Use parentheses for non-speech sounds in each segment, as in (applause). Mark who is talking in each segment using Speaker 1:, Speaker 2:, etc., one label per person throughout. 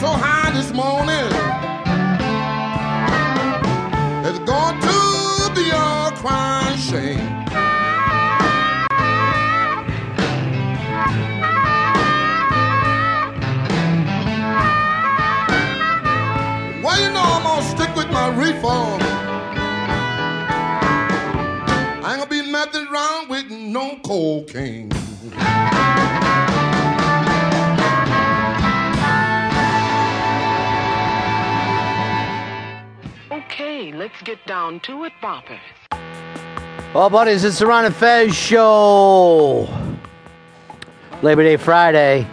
Speaker 1: so high this morning. It's going to be a crying shame. Well, you know I'm gonna stick with my reform. I ain't gonna be nothing wrong with no cocaine.
Speaker 2: Okay, let's get down to it, boppers.
Speaker 3: Well, buddies, it's the Ron and Fez show. Labor Day Friday.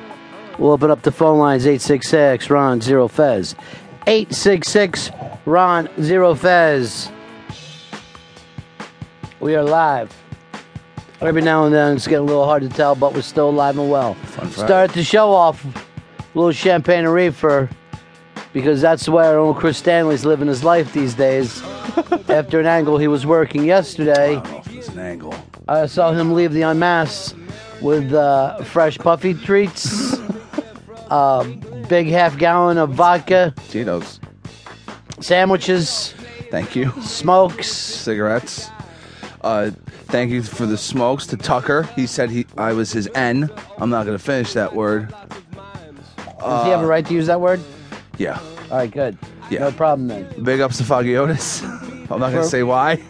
Speaker 3: We'll open up the phone lines 866 Ron Zero Fez. 866 Ron Zero Fez. We are live. Every now and then it's getting a little hard to tell, but we're still alive and well. Start the show off with a little champagne and reefer because that's the way our own Chris Stanley's living his life these days. After an angle he was working yesterday.
Speaker 4: It's an angle.
Speaker 3: I saw him leave the unmasked with uh, fresh puffy treats, a big half gallon of vodka,
Speaker 4: Tito's.
Speaker 3: sandwiches,
Speaker 4: Thank you. (laughs)
Speaker 3: smokes.
Speaker 4: Cigarettes. Uh, thank you for the smokes to Tucker. He said he I was his N. I'm not gonna finish that word.
Speaker 3: Does he have a right to use that word?
Speaker 4: Yeah.
Speaker 3: All right, good.
Speaker 4: Yeah.
Speaker 3: No problem then.
Speaker 4: Big ups to Fagiotis. (laughs) I'm not gonna say why.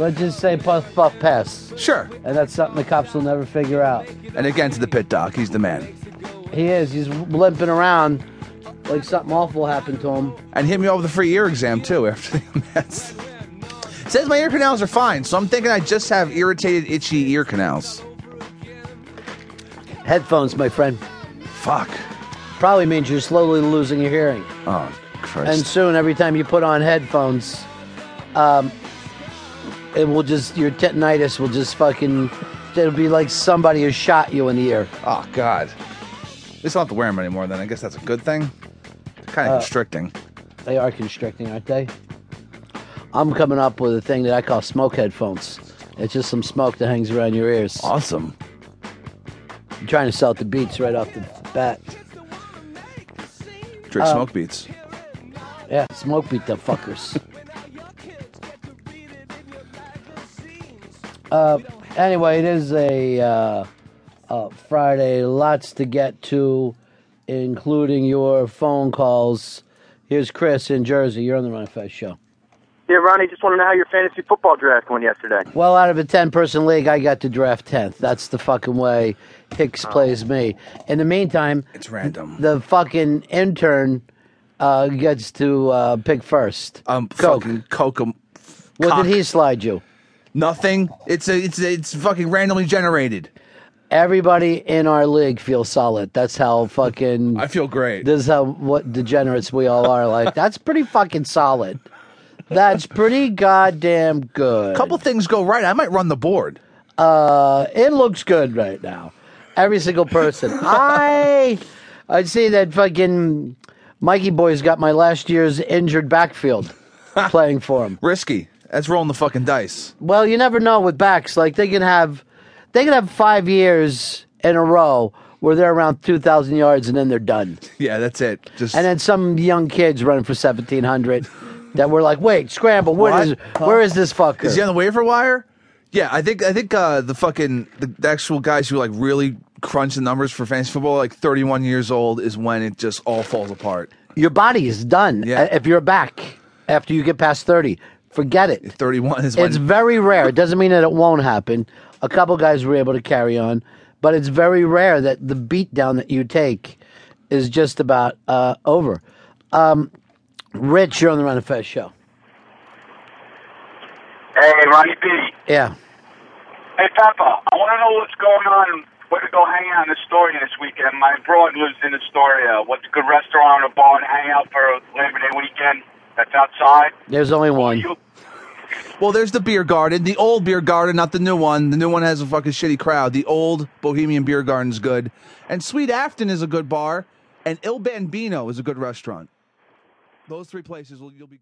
Speaker 3: Let's just say puff, puff, pass.
Speaker 4: Sure.
Speaker 3: And that's something the cops will never figure out.
Speaker 4: And again to the pit doc. He's the man.
Speaker 3: He is. He's limping around like something awful happened to him.
Speaker 4: And hit me over the free ear exam too (laughs) after the mess. Says my ear canals are fine, so I'm thinking I just have irritated, itchy ear canals.
Speaker 3: Headphones, my friend.
Speaker 4: Fuck.
Speaker 3: Probably means you're slowly losing your hearing.
Speaker 4: Oh, Christ.
Speaker 3: and soon every time you put on headphones um, it will just your tetanitis will just fucking it'll be like somebody who shot you in the ear
Speaker 4: Oh God. At least I don't have to wear them anymore. Then I guess that's a good thing. Kind of constricting.
Speaker 3: they are constricting aren't they i'm coming up with a thing that i call smoke headphones it's just some smoke that hangs around your ears
Speaker 4: Awesome.
Speaker 3: i'm trying to sell it to beats right off the bat
Speaker 4: Drink smoke beats.
Speaker 3: yeah smoke beat the fuckers Uh, anyway, it is a uh, uh, Friday. Lots to get to, including your phone calls. Here's Chris in Jersey. You're on the Run and Fest show.
Speaker 5: Yeah, Ronnie, just want to know how your fantasy football draft went yesterday.
Speaker 3: Well, out of a 10 person league, I got to draft 10th. That's the fucking way Hicks plays me. In the meantime,
Speaker 4: Oh. It's random.
Speaker 3: the fucking intern uh, gets to uh, pick first.
Speaker 4: um,
Speaker 3: Coke.
Speaker 4: fucking coke. em-
Speaker 3: What
Speaker 4: cock.
Speaker 3: did he slide you?
Speaker 4: Nothing. It's a, it's a, it's fucking randomly generated.
Speaker 3: Everybody in our league feels solid. That's how fucking.
Speaker 4: I feel great.
Speaker 3: This is how what degenerates we all are. Like that's pretty fucking solid. That's pretty goddamn good.
Speaker 4: a couple things go right. I might run the board.
Speaker 3: Uh, it looks good right now. Every single person.
Speaker 4: (laughs)
Speaker 3: I I'd say that fucking Mikey boy's got my last year's injured
Speaker 4: (laughs)
Speaker 3: backfield playing for him.
Speaker 4: Risky. That's rolling the fucking dice.
Speaker 3: Well, you never know with backs. Like they can have they can have five years in a row where they're around two thousand yards and then they're done.
Speaker 4: Yeah, that's it. Just
Speaker 3: and then some young kids running for seventeen hundred that were like, "Wait, scramble!
Speaker 4: What?
Speaker 3: What is? Where is this fucker?"
Speaker 4: is he on the waiver wire? Yeah, I think I think uh, the fucking the, the actual guys who like really crunch the numbers for fantasy football, like 31 years old, is when it just all falls apart.
Speaker 3: Your body is done.
Speaker 4: Yeah.
Speaker 3: Uh, If you're back after you get past thirty, forget it.
Speaker 4: 31 is when
Speaker 3: It's very rare. It doesn't mean that it won't happen. A couple guys were able to carry on, but it's very rare that the beatdown that you take is just about uh, over. Um, Rich, you're on the Run of Fest show.
Speaker 6: Hey, Ronnie B.
Speaker 3: Yeah.
Speaker 6: Hey, Papa. I want to know what's going on. Where to go hang out in Astoria this weekend? My broad lives in Astoria. What's a good restaurant or bar to hang out for Labor Day weekend? That's outside.
Speaker 3: There's only one.
Speaker 6: You,
Speaker 4: Well, there's the beer garden, the old beer garden, not the new one. The new one has a fucking shitty crowd. The old Bohemian Beer Garden's good, and Sweet Afton is a good bar, and Il Bambino is a good restaurant. Those three places will you'll be.